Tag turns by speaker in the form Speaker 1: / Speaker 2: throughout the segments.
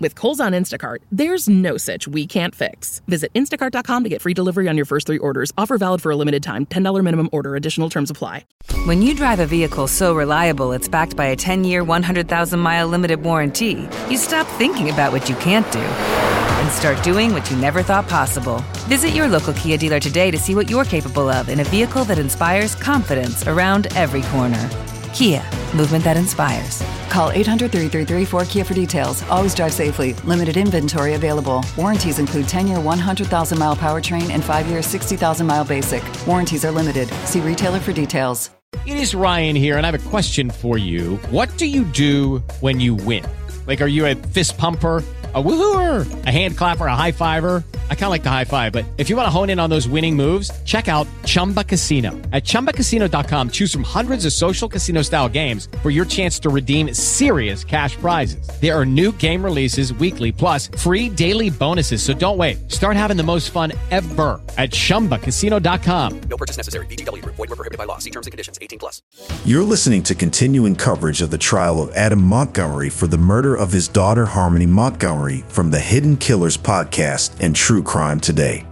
Speaker 1: With Kohl's on Instacart, there's no such we can't fix. Visit instacart.com to get free delivery on your first three orders. Offer valid for a limited time. $10 minimum order. Additional terms apply.
Speaker 2: When you drive a vehicle so reliable it's backed by a 10 year, 100,000 mile limited warranty, you stop thinking about what you can't do and start doing what you never thought possible. Visit your local Kia dealer today to see what you're capable of in a vehicle that inspires confidence around every corner. Kia, movement that inspires.
Speaker 3: Call 800 333 4KIA for details. Always drive safely. Limited inventory available. Warranties include 10 year 100,000 mile powertrain and 5 year 60,000 mile basic. Warranties are limited. See retailer for details.
Speaker 4: It is Ryan here, and I have a question for you. What do you do when you win? Like, are you a fist pumper? a woohooer, a hand clapper, a high fiver. I kind of like the high five, but if you want to hone in on those winning moves, check out Chumba Casino. At ChumbaCasino.com, choose from hundreds of social casino style games for your chance to redeem serious cash prizes. There are new game releases weekly, plus free daily bonuses. So don't wait. Start having the most fun ever at ChumbaCasino.com.
Speaker 5: No purchase necessary. BGW. Void were prohibited by law. See terms and conditions. 18 plus.
Speaker 6: You're listening to continuing coverage of the trial of Adam Montgomery for the murder of his daughter Harmony Montgomery from the Hidden Killers podcast and True Crime Today.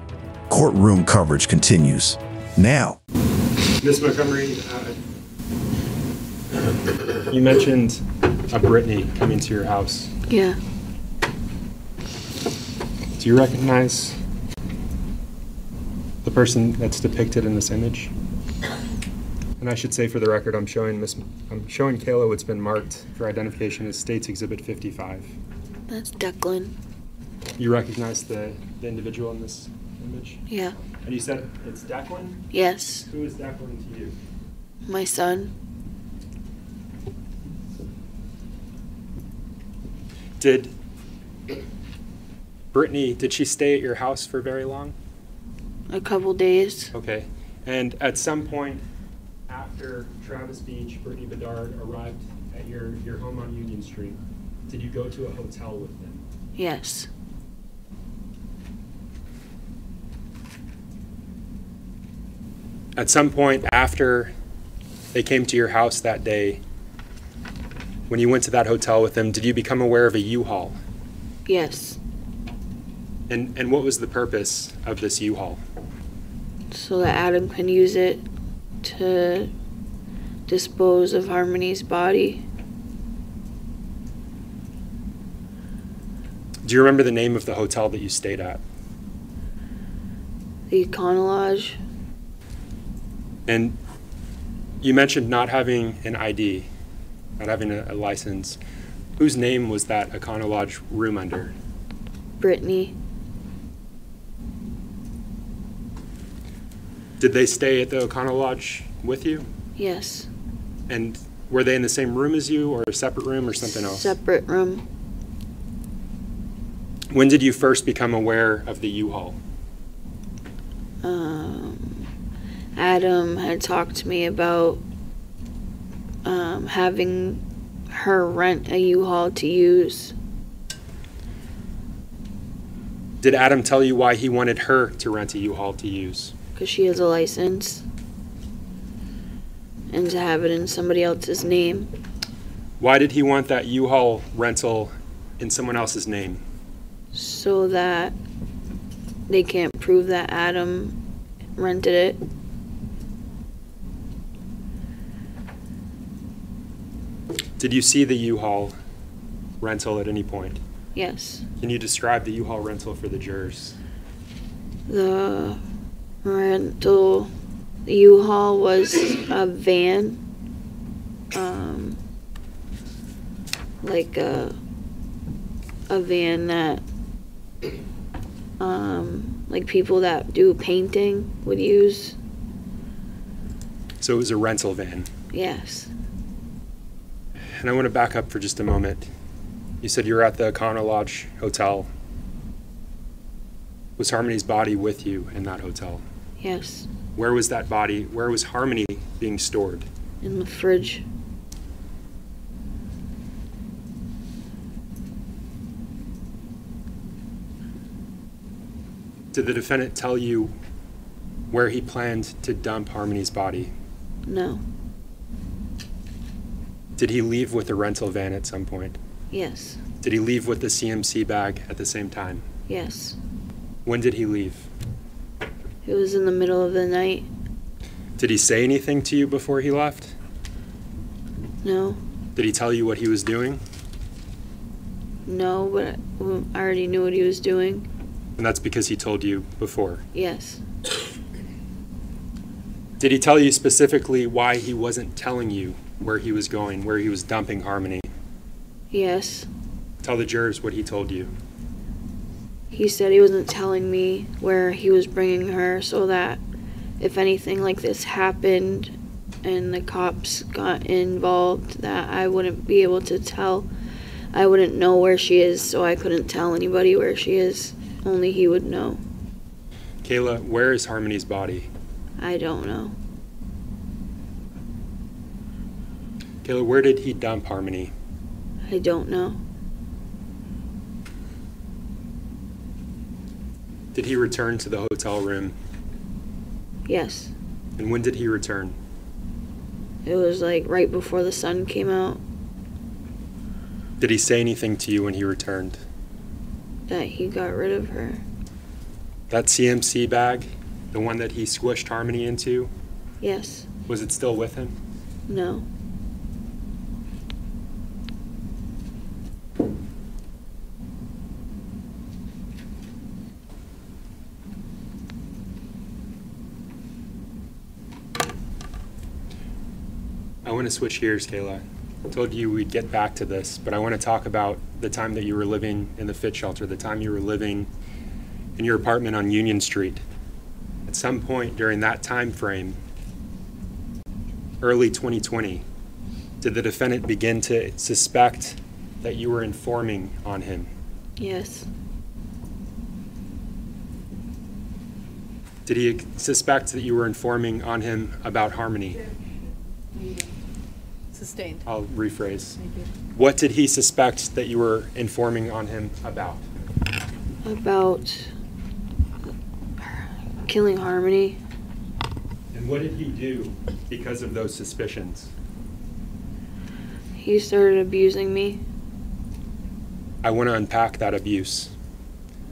Speaker 6: Courtroom coverage continues. Now,
Speaker 7: Miss Montgomery, uh, you mentioned a Brittany coming to your house.
Speaker 8: Yeah.
Speaker 7: Do you recognize the person that's depicted in this image? And I should say for the record, I'm showing Miss, I'm showing Kayla what's been marked for identification as States Exhibit 55.
Speaker 8: That's Declan.
Speaker 7: You recognize the, the individual in this image?
Speaker 8: Yeah.
Speaker 7: And you said it's Declan?
Speaker 8: Yes.
Speaker 7: Who is Declan to you?
Speaker 8: My son.
Speaker 7: Did Brittany, did she stay at your house for very long?
Speaker 8: A couple days.
Speaker 7: Okay. And at some point after Travis Beach, Brittany Bedard arrived at your, your home on Union Street, did you go to a hotel with them?
Speaker 8: Yes.
Speaker 7: At some point after they came to your house that day, when you went to that hotel with them, did you become aware of a U-Haul?
Speaker 8: Yes.
Speaker 7: And, and what was the purpose of this U-Haul?
Speaker 8: So that Adam can use it to dispose of Harmony's body.
Speaker 7: Do you remember the name of the hotel that you stayed at?
Speaker 8: The Econolodge.
Speaker 7: And you mentioned not having an ID, not having a, a license. Whose name was that Econo Lodge room under?
Speaker 8: Brittany.
Speaker 7: Did they stay at the Econo Lodge with you?
Speaker 8: Yes.
Speaker 7: And were they in the same room as you, or a separate room, or something else?
Speaker 8: Separate room.
Speaker 7: when did you first become aware of the U-Haul?
Speaker 8: Um, Adam had talked to me about um, having her rent a U-Haul to use.
Speaker 7: Did Adam tell you why he wanted her to rent a U-Haul to use?
Speaker 8: because she has a license and to have it in somebody else's name
Speaker 7: Why did he want that U-Haul rental in someone else's name?
Speaker 8: so that they can't prove that Adam rented it.
Speaker 7: Did you see the U-Haul rental at any point?
Speaker 8: Yes.
Speaker 7: Can you describe the U-Haul rental for the jurors?
Speaker 8: The rental the U-Haul was a van um like a a van that um like people that do painting would use.
Speaker 7: So it was a rental van.
Speaker 8: Yes.
Speaker 7: And I want to back up for just a moment. You said you were at the Econo Lodge Hotel. Was Harmony's body with you in that hotel?
Speaker 8: Yes.
Speaker 7: Where was that body? Where was Harmony being stored?
Speaker 8: in the fridge.
Speaker 7: Did the defendant tell you where he planned to dump Harmony's body?
Speaker 8: No.
Speaker 7: Did he leave with a rental van at some point?
Speaker 8: Yes.
Speaker 7: Did he leave with the CMC bag at the same time?
Speaker 8: Yes.
Speaker 7: When did he leave?
Speaker 8: It was in the middle of the night.
Speaker 7: Did he say anything to you before he left?
Speaker 8: No.
Speaker 7: Did he tell you what he was doing?
Speaker 8: No, but I- I already knew what he was doing.
Speaker 7: And that's because he told you before.
Speaker 8: Yes.
Speaker 7: Did he tell you specifically why he wasn't telling you where he was going, where he was dumping Harmony?
Speaker 8: Yes.
Speaker 7: Tell the jurors what he told you.
Speaker 8: He said he wasn't telling me where he was bringing her so that if anything like this happened and the cops got involved that I wouldn't be able to tell. I wouldn't know where she is, so I couldn't tell anybody where she is. Only he would know.
Speaker 7: Kayla, where is Harmony's body?
Speaker 8: I don't know.
Speaker 7: Kayla, where did he dump Harmony?
Speaker 8: I don't know.
Speaker 7: Did he return to the hotel room?
Speaker 8: Yes.
Speaker 7: And when did he return?
Speaker 8: It was like right before the sun came out
Speaker 7: Did he say anything to you when he returned?
Speaker 8: that he got rid of her.
Speaker 7: That CMC bag, the one that he squished Harmony into,
Speaker 8: Yes.
Speaker 7: was it still with him?
Speaker 8: No.
Speaker 7: I want to switch gears, Kayla. I told you we'd get back to this, but I want to talk about the time that you were living in the fit shelter, the time you were living in your apartment on Union Street. At some point during that time frame, early 2020, did the defendant begin to suspect that you were informing on him?
Speaker 8: Yes.
Speaker 7: Did he suspect that you were informing on him about Harmony?
Speaker 1: Sustained.
Speaker 7: I'll rephrase. What did he suspect that you were informing on him about?
Speaker 8: About killing Harmony.
Speaker 7: And what did he do because of those suspicions?
Speaker 8: He started abusing me.
Speaker 7: I want to unpack that abuse.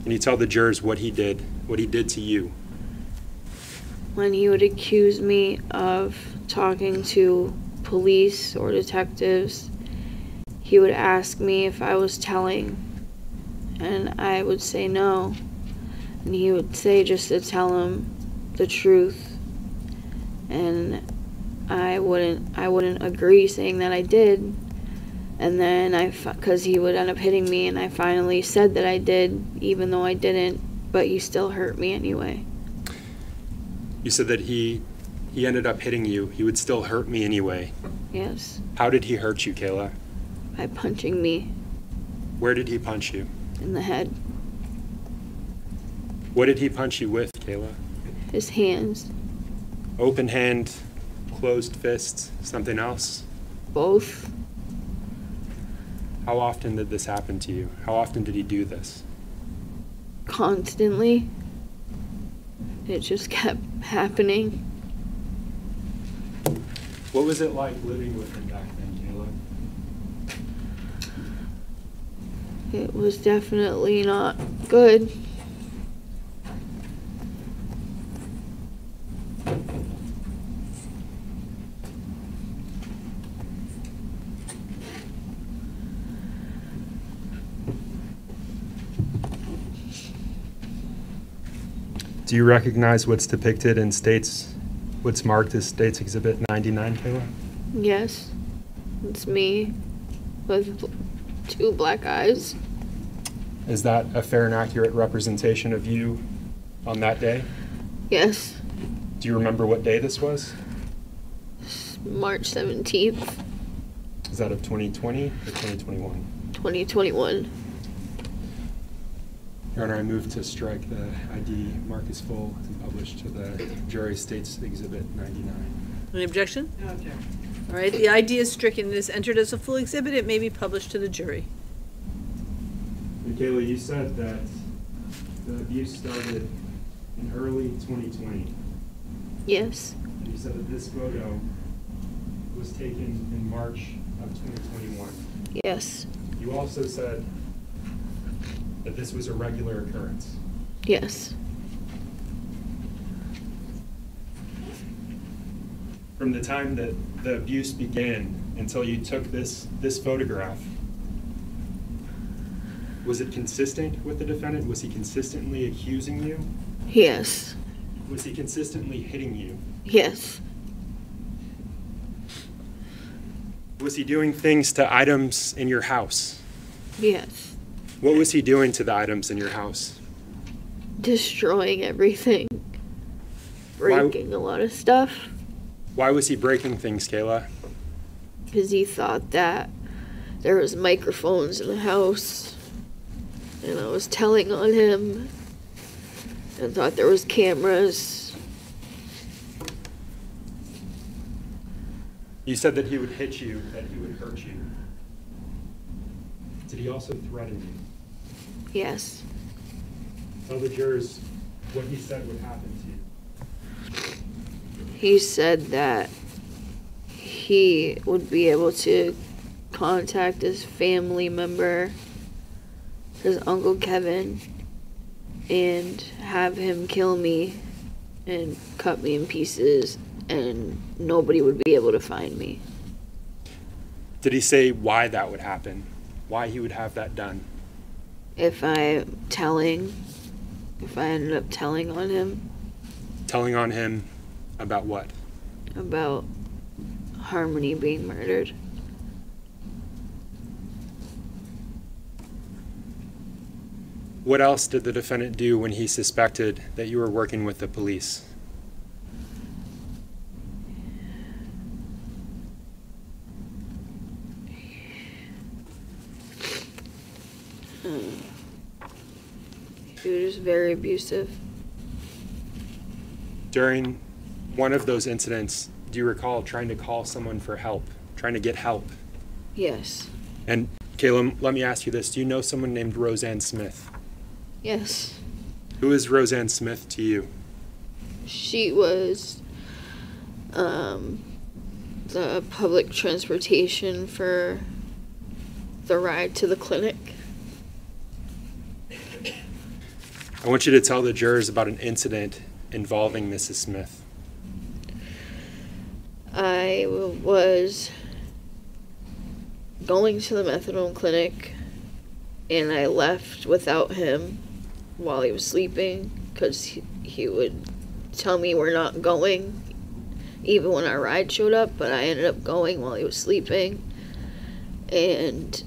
Speaker 7: Can you tell the jurors what he did, what he did to you?
Speaker 8: when he would accuse me of talking to police or detectives, he would ask me if I was telling, and I would say no. And he would say just to tell him the truth, and I wouldn't. I wouldn't agree saying that I did. And then I, because he would end up hitting me, and I finally said that I did, even though I didn't. But he still hurt me anyway.
Speaker 7: You said that he he ended up hitting you. He would still hurt me anyway.
Speaker 8: Yes.
Speaker 7: How did he hurt you, Kayla?
Speaker 8: by punching me
Speaker 7: Where did he punch you?
Speaker 8: in the head.
Speaker 7: What did he punch you with, Kayla?
Speaker 8: His hands,
Speaker 7: Open hand, closed fist, something else?
Speaker 8: both,
Speaker 7: How often did this happen to you? How often did he do this?
Speaker 8: constantly. It just kept happening.
Speaker 7: What was it like living with him back then, Kayla?
Speaker 8: It was definitely not good.
Speaker 7: Do you recognize what's depicted in states, what's marked as States Exhibit 99, Kayla?
Speaker 8: Yes, it's me with bl- two black eyes.
Speaker 7: Is that a fair and accurate representation of you on that day?
Speaker 8: Yes,
Speaker 7: Do you remember what day this was?
Speaker 8: March 17th,
Speaker 7: Is that of 2020 or 2021?
Speaker 8: 2021.
Speaker 7: Your Honor, I move to strike the ID mark as full and publish to the jury States Exhibit 99.
Speaker 1: Any objection? No objection.
Speaker 9: All right, the idea is stricken. It is entered as a full exhibit. It may be published to the jury.
Speaker 7: Michaela, you said that the abuse started in early 2020.
Speaker 10: Yes.
Speaker 7: You said that this photo was taken in March of 2021.
Speaker 10: Yes.
Speaker 7: You also said that this was a regular occurrence.
Speaker 10: Yes.
Speaker 7: From the time that the abuse began until you took this, this photograph, was it consistent with the defendant? Was he consistently accusing you?
Speaker 10: Yes.
Speaker 7: Was he consistently hitting you?
Speaker 10: Yes.
Speaker 7: Was he doing things to items in your house?
Speaker 10: Yes.
Speaker 7: What was he doing to the items in your house?
Speaker 10: Destroying everything.
Speaker 7: Why-
Speaker 10: Breaking a lot of stuff
Speaker 7: Why was he breaking things, Kayla?
Speaker 10: because he thought that there was microphones in the house and I was telling on him and thought there was cameras.
Speaker 7: You said that he would hit you, that he would hurt you. Did he also threaten you?
Speaker 10: Yes.
Speaker 7: Tell the jurors what he said would happen to you.
Speaker 10: He said that he would be able to contact his family member, his uncle Kevin, and have him kill me and cut me in pieces, and nobody would be able to find me.
Speaker 7: Did he say why that would happen? Why he would have that done?
Speaker 10: If I'm telling, if I ended up telling on him
Speaker 7: Telling on him about what?
Speaker 10: about Harmony being murdered.
Speaker 7: What else did the defendant do when he suspected that you were working with the police?
Speaker 10: He was just very abusive.
Speaker 7: During one of those incidents, do you recall trying to call someone for help, trying to get help?
Speaker 10: Yes.
Speaker 7: And Caleb, let me ask you this. Do you know someone named Roseanne Smith?
Speaker 10: Yes.
Speaker 7: Who is Roseanne Smith to you?
Speaker 10: She was um, the public transportation for the ride to the clinic.
Speaker 7: I want you to tell the jurors about an incident involving Mrs. Smith.
Speaker 10: I was going to the methadone clinic and I left without him while he was sleeping because he, he would tell me we're not going even when our ride showed up, but I ended up going while he was sleeping. And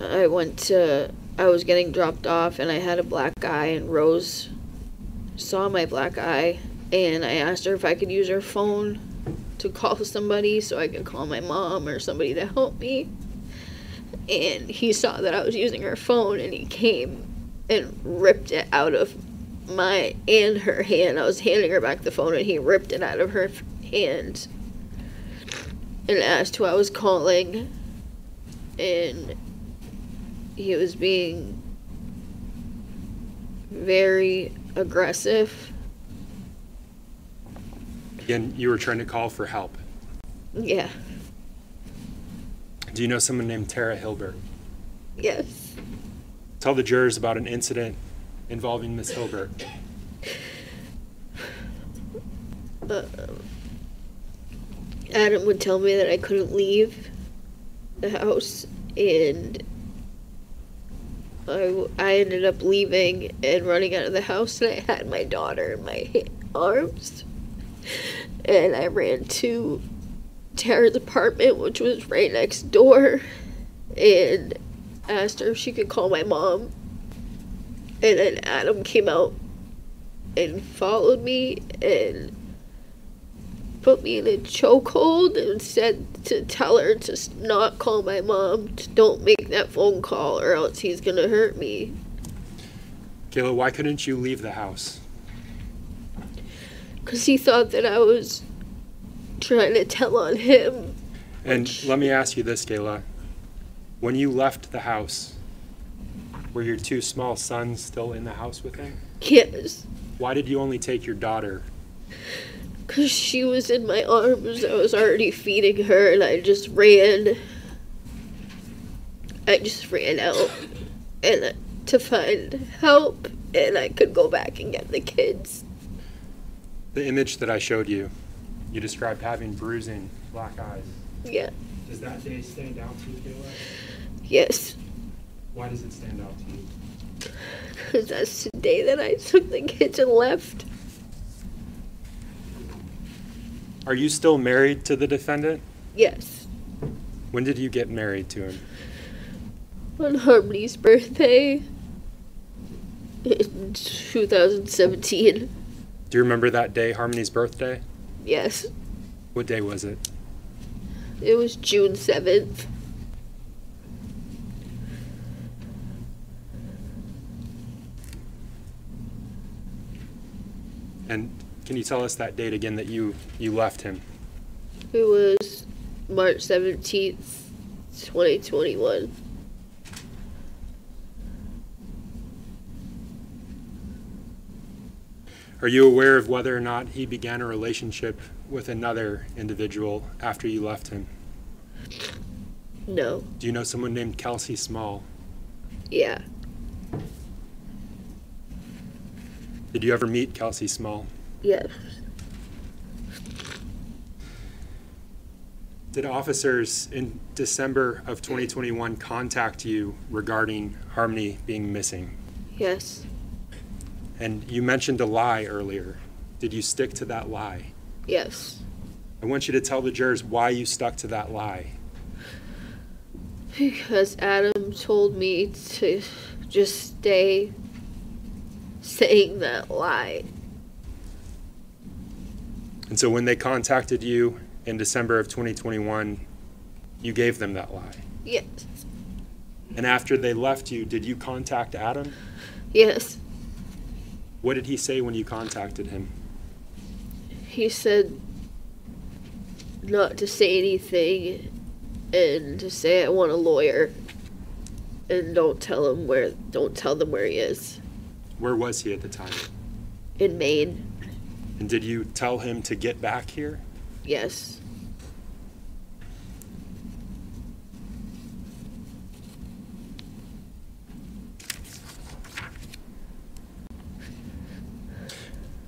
Speaker 10: I went to, I was getting dropped off and I had a black eye and Rose saw my black eye and I asked her if I could use her phone to call somebody so I could call my mom or somebody to help me. And he saw that I was using her phone and he came and ripped it out of my and her hand. I was handing her back the phone and he ripped it out of her f- hand and asked who I was calling. And he was being very aggressive.
Speaker 7: Again, you were trying to call for help.
Speaker 10: Yeah.
Speaker 7: Do you know someone named Tara Hilbert?
Speaker 10: Yes.
Speaker 7: Tell the jurors about an incident involving Miss Hilbert.
Speaker 10: Um, Adam would tell me that I couldn't leave the house, and I, w- I ended up leaving and running out of the house, and I had my daughter in my h- arms, and I ran to Tara's apartment, which was right next door, and asked her if she could call my mom, and then Adam came out and followed me and put me in a chokehold and said to tell her to s- not call my mom, to don't make that phone call or else he's gonna hurt me.
Speaker 7: Kayla, why couldn't you leave the house?
Speaker 10: Because he thought that I was trying to tell on him
Speaker 7: And let me ask you this, Kayla. When you left the house, were your two small sons still in the house with him?
Speaker 10: Yes,
Speaker 7: Why did you only take your daughter?
Speaker 10: because she was in my arms. I was already feeding her, and I just ran. I just ran out and uh, to find help, and I could go back and get the kids.
Speaker 7: The image that I showed you, you described having bruising, black eyes.
Speaker 10: Yeah.
Speaker 7: Does that day stand out to you, Kayla?
Speaker 10: Yes,
Speaker 7: Why does it stand out to you?
Speaker 10: because that's the day that I took the kids and left.
Speaker 7: Are you still married to the defendant?
Speaker 10: Yes,
Speaker 7: When did you get married to him?
Speaker 10: on Harmony's birthday in 2017.
Speaker 7: Do you remember that day, Harmony's birthday?
Speaker 10: Yes,
Speaker 7: What day was it?
Speaker 10: it was June 7th.
Speaker 7: And can you tell us that date again that you, you left him?
Speaker 10: It was March 17th, 2021.
Speaker 7: Are you aware of whether or not he began a relationship with another individual after you left him?
Speaker 10: No,
Speaker 7: Do you know someone named Kelsey Small?
Speaker 10: yeah,
Speaker 7: Did you ever meet Kelsey Small?
Speaker 10: yes,
Speaker 7: Did officers in December of 2021 contact you regarding Harmony being missing?
Speaker 10: yes,
Speaker 7: And you mentioned a lie earlier. Did you stick to that lie?
Speaker 10: yes.
Speaker 7: I want you to tell the jurors why you stuck to that lie.
Speaker 10: Because Adam told me to just stay saying that lie.
Speaker 7: And so when they contacted you in December of 2021, you gave them that lie.
Speaker 10: Yes,
Speaker 7: And after they left you, did you contact Adam?
Speaker 10: yes.
Speaker 7: What did he say when you contacted him?
Speaker 10: He said not to say anything and to say I want a lawyer and don't tell him where don't tell them where he is
Speaker 7: Where was he at the time?
Speaker 10: in Maine.
Speaker 7: And did you tell him to get back here?
Speaker 10: Yes.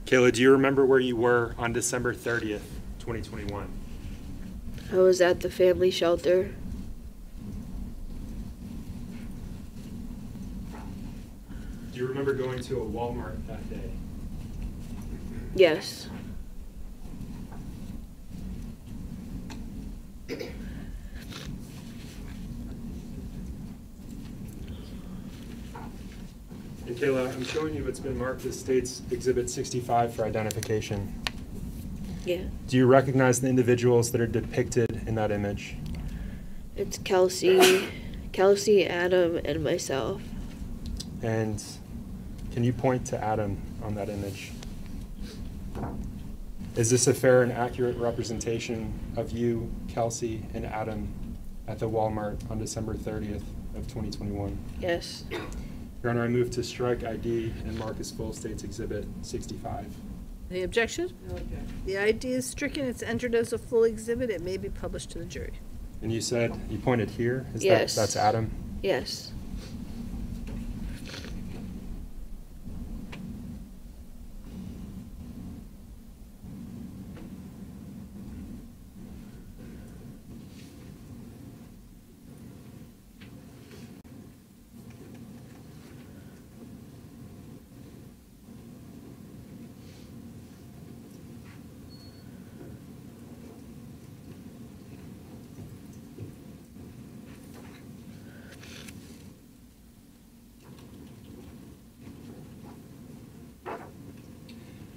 Speaker 7: Kayla, do you remember where you were on December 30th, 2021?
Speaker 10: I was at the family shelter.
Speaker 7: Do you remember going to a Walmart that day?
Speaker 10: Yes.
Speaker 7: And Kayla, I'm showing you what's been marked as State's Exhibit 65 for identification.
Speaker 10: Yeah.
Speaker 7: Do you recognize the individuals that are depicted in that image?
Speaker 10: It's Kelsey, Kelsey, Adam, and myself.
Speaker 7: And can you point to Adam on that image? Is this a fair and accurate representation of you, Kelsey, and Adam at the Walmart on December 30th of 2021?
Speaker 10: Yes.
Speaker 7: Your Honor, I move to strike ID and mark as full State's Exhibit 65.
Speaker 9: Any objection? The ID is stricken, it's entered as a full exhibit, it may be published to the jury.
Speaker 7: And you said, you pointed here? Is that-
Speaker 10: Yes.
Speaker 7: That's Adam?
Speaker 10: Yes.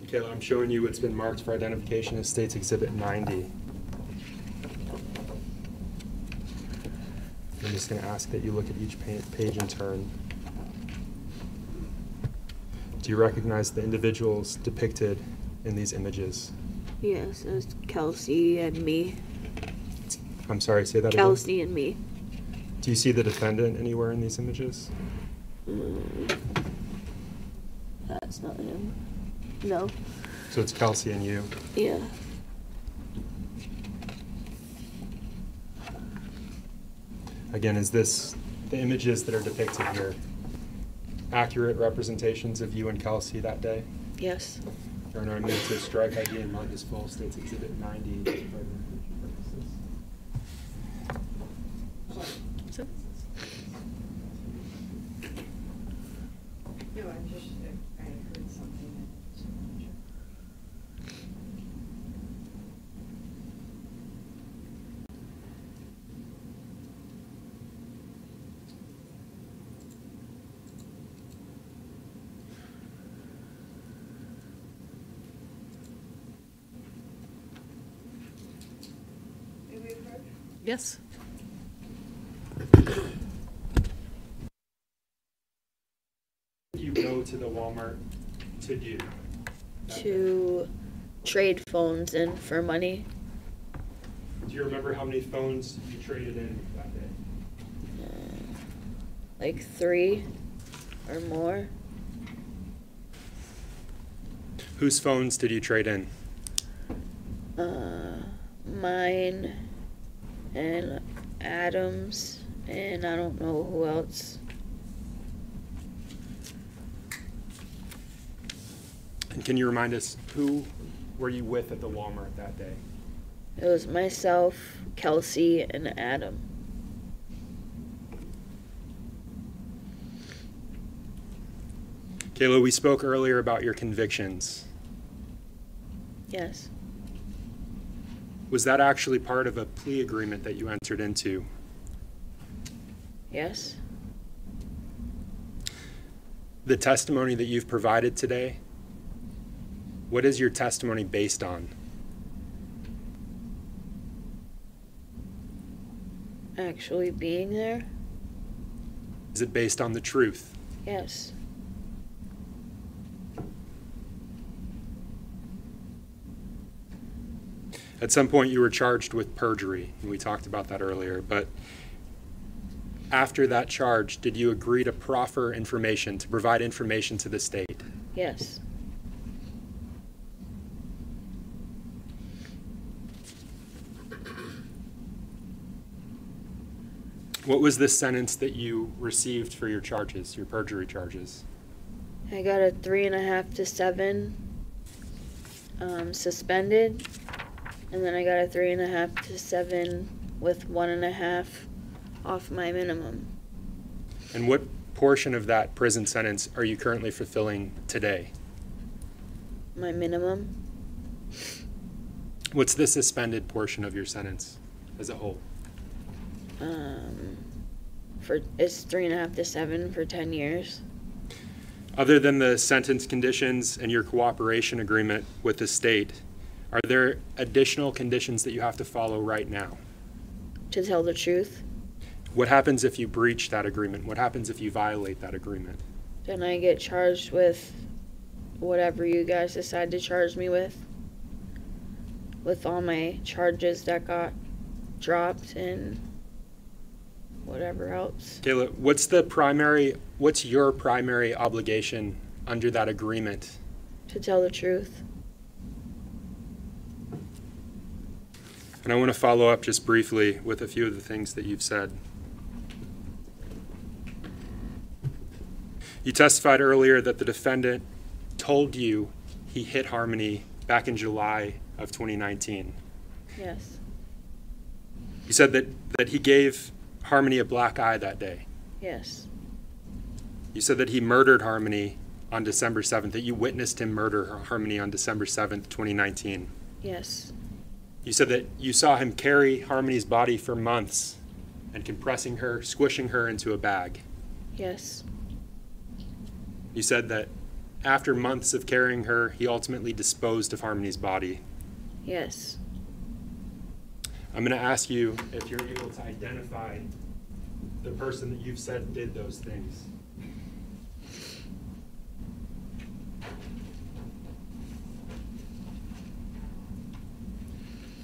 Speaker 7: Kayla, I'm showing you what's been marked for identification as State's Exhibit 90. I'm just going to ask that you look at each pa- page in turn. Do you recognize the individuals depicted in these images?
Speaker 10: Yes, it's Kelsey and me.
Speaker 7: I'm sorry, say that again.
Speaker 8: Callously and me.
Speaker 7: Do you see the defendant anywhere in these images?
Speaker 8: That's not him. No.
Speaker 7: So it's Kelsey and you.
Speaker 8: Yeah.
Speaker 7: Again, is this the images that are depicted here accurate representations of you and Kelsey that day?
Speaker 8: Yes.
Speaker 7: Your Honor, I move to strike ID and mark this full states exhibit 90.
Speaker 11: No, I'm just, I heard something that.
Speaker 1: Yes.
Speaker 7: You go to the Walmart to do.
Speaker 8: To trade phones in for money.
Speaker 7: Do you remember how many phones you traded in that day?
Speaker 8: Like three or more.
Speaker 7: Whose phones did you trade in?
Speaker 8: Uh, mine and Adams and I don't know who else.
Speaker 7: And can you remind us who were you with at the Walmart that day?
Speaker 8: It was myself, Kelsey, and Adam.
Speaker 7: Kayla, we spoke earlier about your convictions.
Speaker 8: Yes.
Speaker 7: Was that actually part of a plea agreement that you entered into?
Speaker 8: Yes.
Speaker 7: The testimony that you've provided today, what is your testimony based on?
Speaker 8: Actually being there?
Speaker 7: Is it based on the truth?
Speaker 8: Yes.
Speaker 7: At some point, you were charged with perjury, and we talked about that earlier. But after that charge, did you agree to proffer information, to provide information to the state?
Speaker 8: Yes.
Speaker 7: What was the sentence that you received for your charges, your perjury charges?
Speaker 8: I got a three and a half to seven um, suspended, and then I got a three and a half to seven with one and a half off my minimum.
Speaker 7: And what portion of that prison sentence are you currently fulfilling today?
Speaker 8: My minimum,
Speaker 7: What's the suspended portion of your sentence as a whole?
Speaker 8: um, for it's three and a half to seven for ten years.
Speaker 7: Other than the sentence conditions and your cooperation agreement with the state, are there additional conditions that you have to follow right now?
Speaker 8: To tell the truth,
Speaker 7: What happens if you breach that agreement? What happens if you violate that agreement?
Speaker 8: then I get charged with whatever you guys decide to charge me with. With all my charges that got dropped and whatever else.
Speaker 7: Kayla, what's the primary, what's your primary obligation under that agreement?
Speaker 8: To tell the truth,
Speaker 7: And I want to follow up just briefly with a few of the things that you've said. You testified earlier that the defendant told you he hit Harmony back in July of 2019.
Speaker 8: yes,
Speaker 7: You said that, that he gave Harmony a black eye that day.
Speaker 8: yes,
Speaker 7: You said that he murdered Harmony on December 7th, that you witnessed him murder Harmony on December 7th, 2019.
Speaker 8: yes,
Speaker 7: You said that you saw him carry Harmony's body for months and compressing her, squishing her into a bag.
Speaker 8: yes,
Speaker 7: You said that after months of carrying her, he ultimately disposed of Harmony's body.
Speaker 8: yes.
Speaker 7: I'm going to ask you if you're able to identify the person that you've said did those things.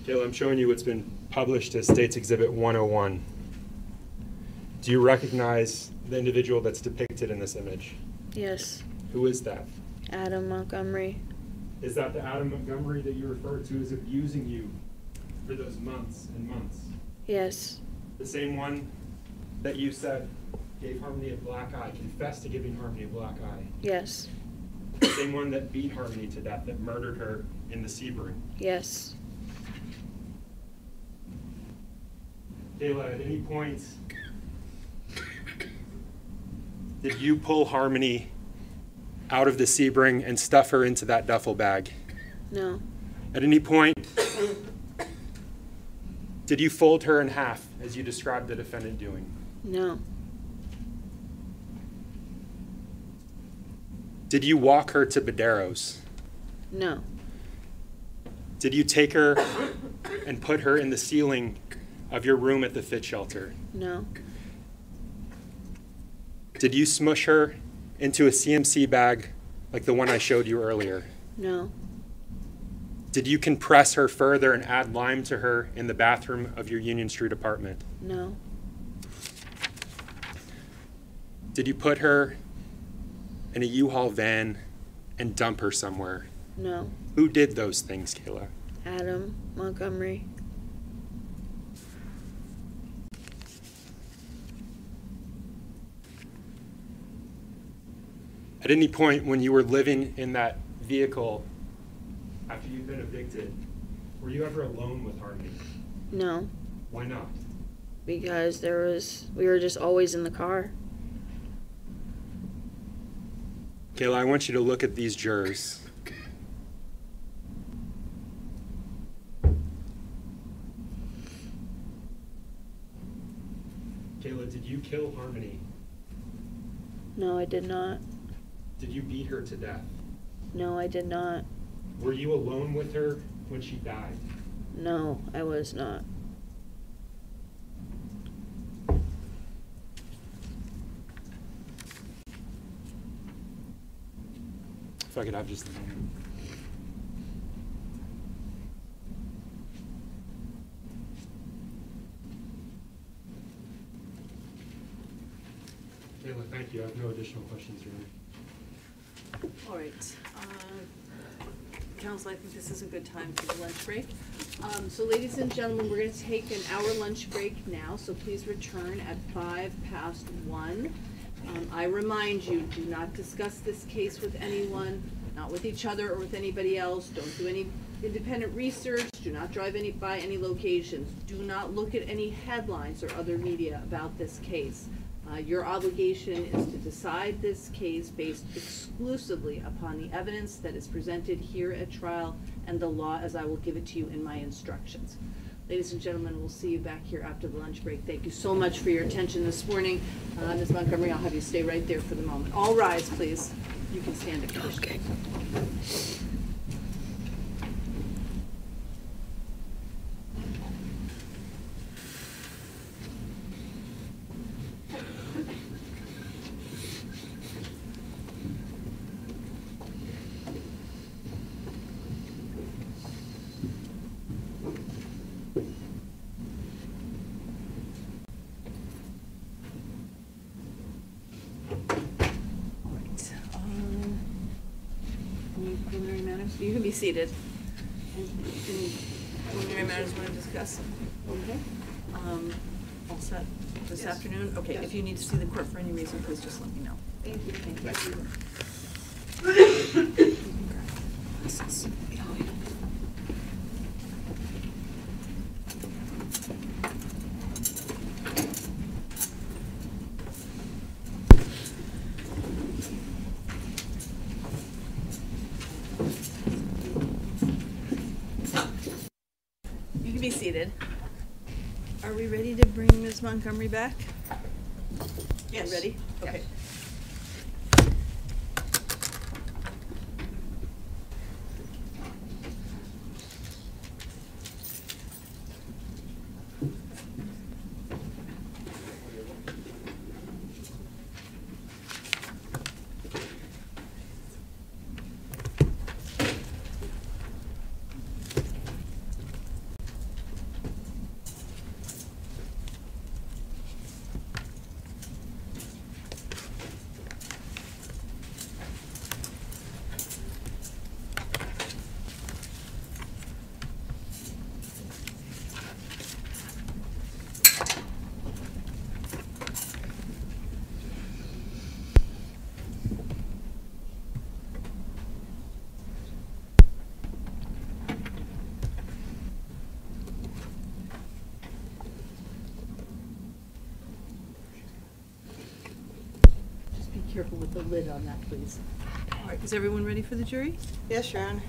Speaker 7: Kayla, I'm showing you what's been published as States Exhibit 101. Do you recognize the individual that's depicted in this image?
Speaker 8: Yes,
Speaker 7: Who is that?
Speaker 8: Adam Montgomery.
Speaker 7: Is that the Adam Montgomery that you refer to as abusing you for those months and months?
Speaker 8: Yes,
Speaker 7: The same one that you said gave Harmony a black eye, confessed to giving Harmony a black eye.
Speaker 8: yes,
Speaker 7: The same one that beat Harmony to death, that murdered her in the Sebring.
Speaker 8: yes,
Speaker 7: Kayla, at any point, did you pull Harmony out of the Sebring and stuff her into that duffel bag?
Speaker 8: no,
Speaker 7: At any point, did you fold her in half as you described the defendant doing?
Speaker 8: no,
Speaker 7: Did you walk her to Baderos?
Speaker 8: no,
Speaker 7: Did you take her and put her in the ceiling of your room at the fit shelter?
Speaker 8: no,
Speaker 7: Did you smush her into a CMC bag like the one I showed you earlier?
Speaker 8: no,
Speaker 7: Did you compress her further and add lime to her in the bathroom of your Union Street apartment?
Speaker 8: no,
Speaker 7: Did you put her in a U-Haul van and dump her somewhere?
Speaker 8: no.
Speaker 7: Who did those things, Kayla?
Speaker 8: Adam Montgomery.
Speaker 7: At any point when you were living in that vehicle after you've been evicted, were you ever alone with Harmony?
Speaker 8: No,
Speaker 7: Why not?
Speaker 8: because there was we were just always in the car.
Speaker 7: Kayla, I want you to look at these jurors. Kayla, did you kill Harmony?
Speaker 8: No, I did not.
Speaker 7: Did you beat her to death?
Speaker 8: No, I did not.
Speaker 7: Were you alone with her when she died?
Speaker 8: No, I was not.
Speaker 7: If I could have just. Kayla, thank you. I have no additional questions, Your Honor.
Speaker 9: All right. uh, Council, I think this is a good time for the lunch break. Um, So ladies and gentlemen, we're going to take an hour lunch break now, so please return at five past one. Um, I remind you, do not discuss this case with anyone, not with each other or with anybody else. Don't do any independent research, do not drive any, by any locations. Do not look at any headlines or other media about this case. Uh, Your obligation is to decide this case based exclusively upon the evidence that is presented here at trial and the law as I will give it to you in my instructions. Ladies and gentlemen, we'll see you back here after the lunch break. Thank you so much for your attention this morning. Uh, Ms. Montgomery, I'll have you stay right there for the moment. All rise, please. You can stand if you wish. All right. um, Any preliminary matters? You can be seated. Any- any Preliminary matters want to discuss? Okay. Um, All set this afternoon? Okay, if you need to see the court for any reason, please just let me know. Thank you. Thank you. This is- oh, yeah. You can be seated. Are we ready to bring Ms. Montgomery back? Yes. Ready? Okay. careful with the lid on that, please. All right, is everyone ready for the jury?
Speaker 11: Yes, Sharon.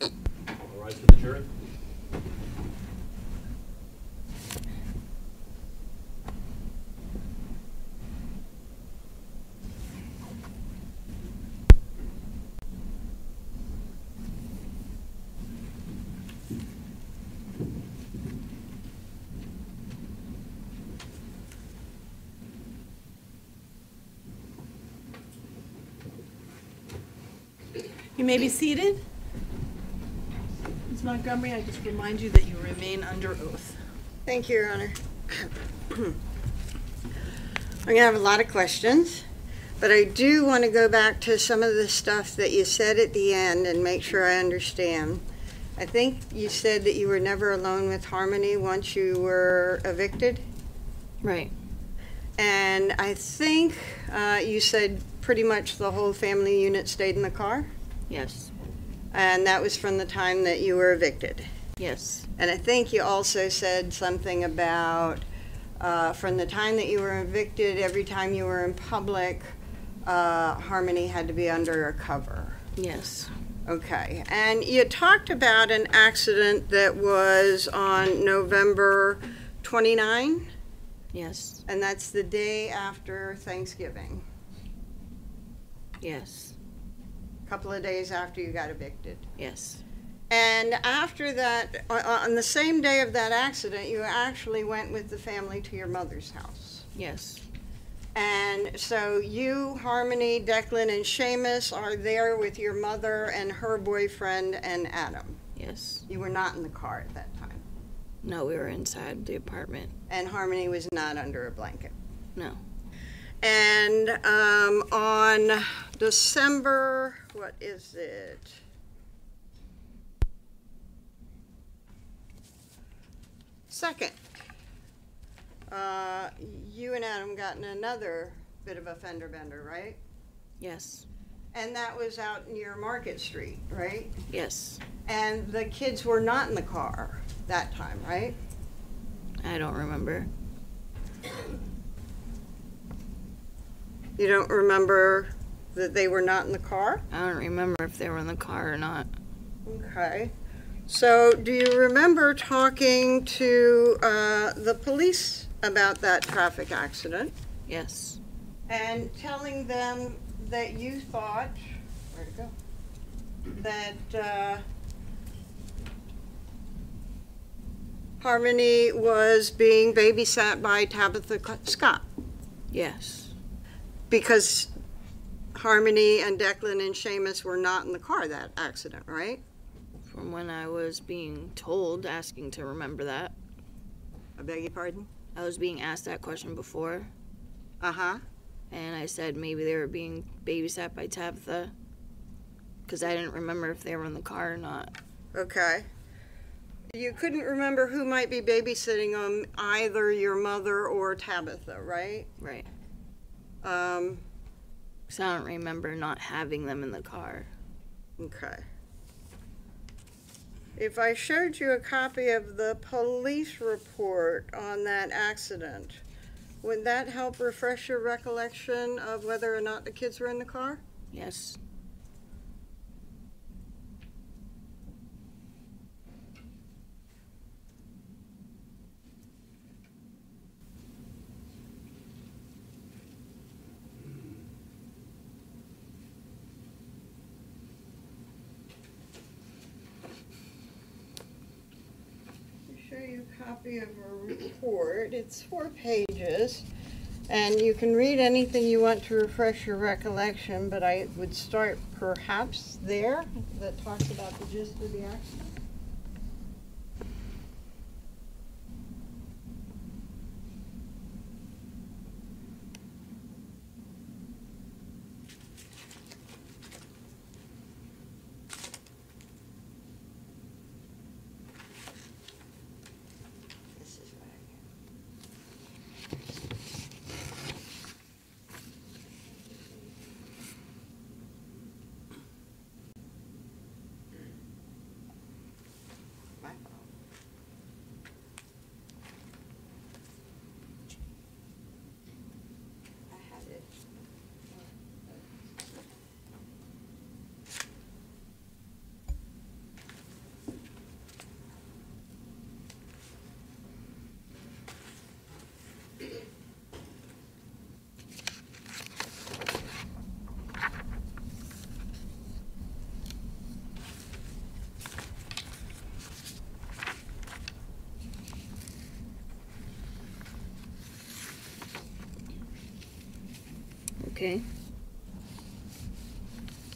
Speaker 7: All rise for the jury.
Speaker 9: You may be seated. Ms. Montgomery, I just remind you that you remain under oath.
Speaker 11: Thank you, Your Honor. I'm going to have a lot of questions, but I do want to go back to some of the stuff that you said at the end and make sure I understand. I think you said that you were never alone with Harmony once you were evicted?
Speaker 8: Right.
Speaker 11: And I think uh, you said pretty much the whole family unit stayed in the car?
Speaker 8: Yes.
Speaker 11: And that was from the time that you were evicted?
Speaker 8: Yes.
Speaker 11: And I think you also said something about uh, from the time that you were evicted, every time you were in public, uh, Harmony had to be under a cover.
Speaker 8: Yes.
Speaker 11: Okay. And you talked about an accident that was on November 29,
Speaker 8: Yes.
Speaker 11: and that's the day after Thanksgiving,
Speaker 8: Yes.
Speaker 11: a couple of days after you got evicted.
Speaker 8: Yes.
Speaker 11: And after that, o- on the same day of that accident, you actually went with the family to your mother's house.
Speaker 8: Yes.
Speaker 11: And so you, Harmony, Declan, and Seamus are there with your mother and her boyfriend and Adam.
Speaker 8: Yes.
Speaker 11: You were not in the car at that time.
Speaker 8: No, we were inside the apartment.
Speaker 11: And Harmony was not under a blanket.
Speaker 8: No.
Speaker 11: And um, on December, what is it? Second, uh, you and Adam got in another bit of a fender bender, right?
Speaker 8: Yes.
Speaker 11: And that was out near Market Street, right?
Speaker 8: Yes.
Speaker 11: And the kids were not in the car that time, right?
Speaker 8: I don't remember.
Speaker 11: You don't remember that they were not in the car?
Speaker 8: I don't remember if they were in the car or not.
Speaker 11: Okay. So do you remember talking to uh, the police about that traffic accident
Speaker 8: Yes.
Speaker 11: and telling them that you thought, where'd it go? That uh, Harmony was being babysat by Tabitha Co- Scott
Speaker 8: Yes.
Speaker 11: because Harmony and Declan and Seamus were not in the car that accident, right?
Speaker 8: From when I was being told, asking to remember that.
Speaker 11: I beg your pardon?
Speaker 8: I was being asked that question before,
Speaker 11: Uh-huh.
Speaker 8: and I said maybe they were being babysat by Tabitha. Because I didn't remember if they were in the car or not.
Speaker 11: Okay. You couldn't remember who might be babysitting them, either your mother or Tabitha, right?
Speaker 8: Right.
Speaker 11: Um,
Speaker 8: Because I don't remember not having them in the car.
Speaker 11: okay. If I showed you a copy of the police report on that accident, would that help refresh your recollection of whether or not the kids were in the car?
Speaker 8: Yes.
Speaker 11: show you a copy of a report. It's four pages, and you can read anything you want to refresh your recollection, but I would start perhaps there, that talks about the gist of the accident.
Speaker 8: Okay.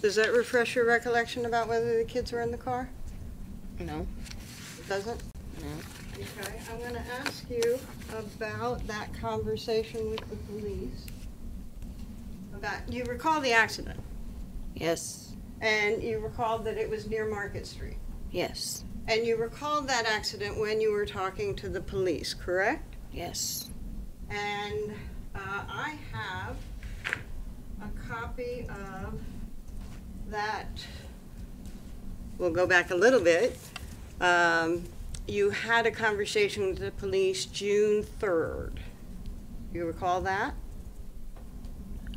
Speaker 11: Does that refresh your recollection about whether the kids were in the car?
Speaker 8: No.
Speaker 11: It doesn't? No. Okay, I'm gonna ask you about that conversation with the police. About, you recall the accident,
Speaker 8: Yes.
Speaker 11: and you recall that it was near Market Street.
Speaker 8: Yes.
Speaker 11: And you recalled that accident when you were talking to the police, correct?
Speaker 8: Yes.
Speaker 11: And uh, I have a copy of that. We'll go back a little bit. Um, You had a conversation with the police June 3rd. You recall that?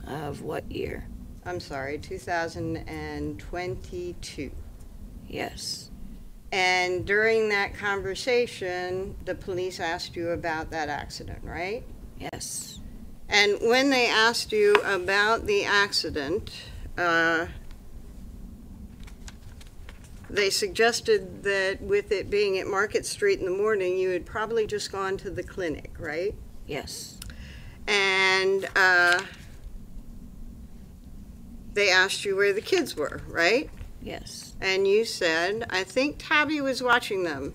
Speaker 8: Of what year?
Speaker 11: I'm sorry, 2022.
Speaker 8: Yes.
Speaker 11: And during that conversation, the police asked you about that accident, right?
Speaker 8: Yes.
Speaker 11: And when they asked you about the accident, uh, they suggested that with it being at Market Street in the morning, you had probably just gone to the clinic, right?
Speaker 8: Yes.
Speaker 11: And uh, they asked you where the kids were, right?
Speaker 8: Yes.
Speaker 11: And you said, I think Tabby was watching them.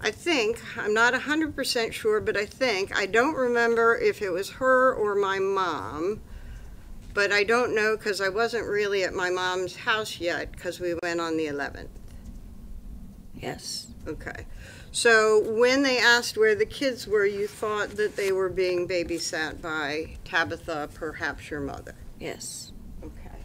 Speaker 11: I think, I'm not 100% sure, but I think, I don't remember if it was her or my mom, but I don't know because I wasn't really at my mom's house yet because we went on the 11th.
Speaker 8: Yes.
Speaker 11: Okay. So when they asked where the kids were, you thought that they were being babysat by Tabitha, perhaps your mother?
Speaker 8: Yes.
Speaker 11: Okay.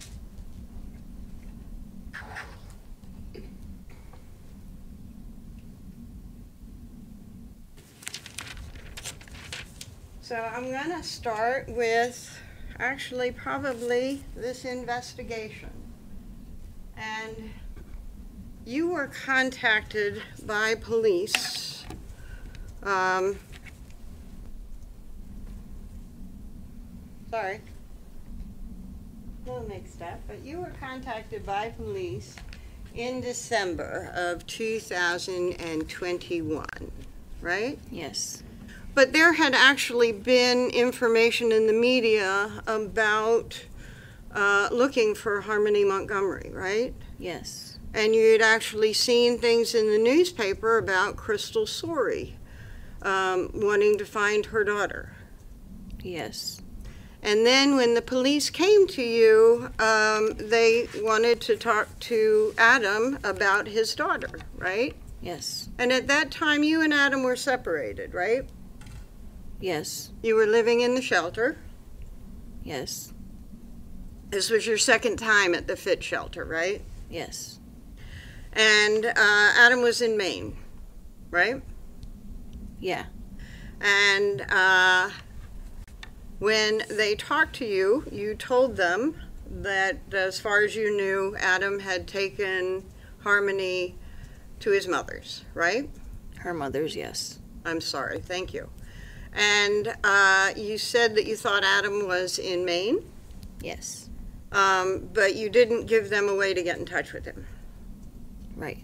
Speaker 11: So I'm going to start with actually probably this investigation. And you were contacted by police. Um, sorry, a little mixed up, but you were contacted by police in December of 2021, right?
Speaker 8: Yes.
Speaker 11: But there had actually been information in the media about uh, looking for Harmony Montgomery, right?
Speaker 8: Yes.
Speaker 11: and you had actually seen things in the newspaper about Crystal Sori um, wanting to find her daughter.
Speaker 8: Yes.
Speaker 11: And then when the police came to you, um, they wanted to talk to Adam about his daughter, right?
Speaker 8: Yes.
Speaker 11: And at that time, you and Adam were separated, right?
Speaker 8: Yes.
Speaker 11: You were living in the shelter.
Speaker 8: Yes.
Speaker 11: This was your second time at the Fit Shelter, right?
Speaker 8: Yes.
Speaker 11: And uh, Adam was in Maine, right?
Speaker 8: Yeah.
Speaker 11: And uh, when they talked to you, you told them that, as far as you knew, Adam had taken Harmony to his mother's, right?
Speaker 8: Her mother's, yes.
Speaker 11: I'm sorry, thank you. And uh, you said that you thought Adam was in Maine,
Speaker 8: Yes.
Speaker 11: um, but you didn't give them a way to get in touch with him.
Speaker 8: Right.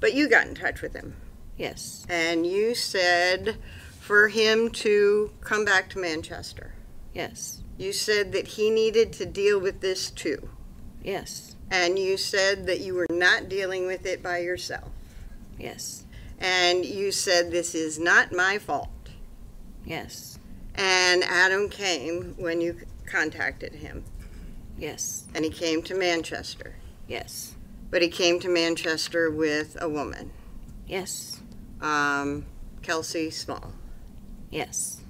Speaker 11: But you got in touch with him,
Speaker 8: Yes.
Speaker 11: and you said for him to come back to Manchester.
Speaker 8: Yes.
Speaker 11: You said that he needed to deal with this too,
Speaker 8: Yes.
Speaker 11: and you said that you were not dealing with it by yourself.
Speaker 8: Yes.
Speaker 11: And you said, This is not my fault.
Speaker 8: Yes.
Speaker 11: And Adam came when you contacted him,
Speaker 8: Yes.
Speaker 11: and he came to Manchester.
Speaker 8: Yes.
Speaker 11: But he came to Manchester with a woman,
Speaker 8: Yes.
Speaker 11: um, Kelsey Small.
Speaker 8: Yes.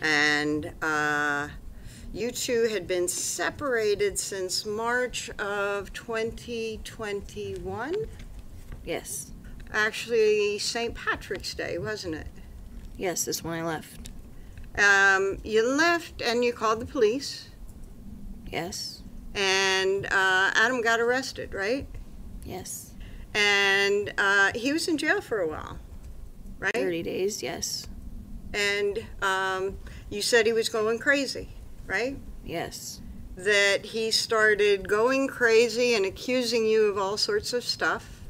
Speaker 11: And uh, you two had been separated since March of 2021.
Speaker 8: Yes.
Speaker 11: actually St. Patrick's Day, wasn't it?
Speaker 8: Yes is when I left.
Speaker 11: Um, you left and you called the police,
Speaker 8: Yes.
Speaker 11: and uh, Adam got arrested, right?
Speaker 8: Yes.
Speaker 11: And uh, he was in jail for a while, right?
Speaker 8: 30 days, yes.
Speaker 11: And um, you said he was going crazy, right?
Speaker 8: Yes.
Speaker 11: That he started going crazy and accusing you of all sorts of stuff,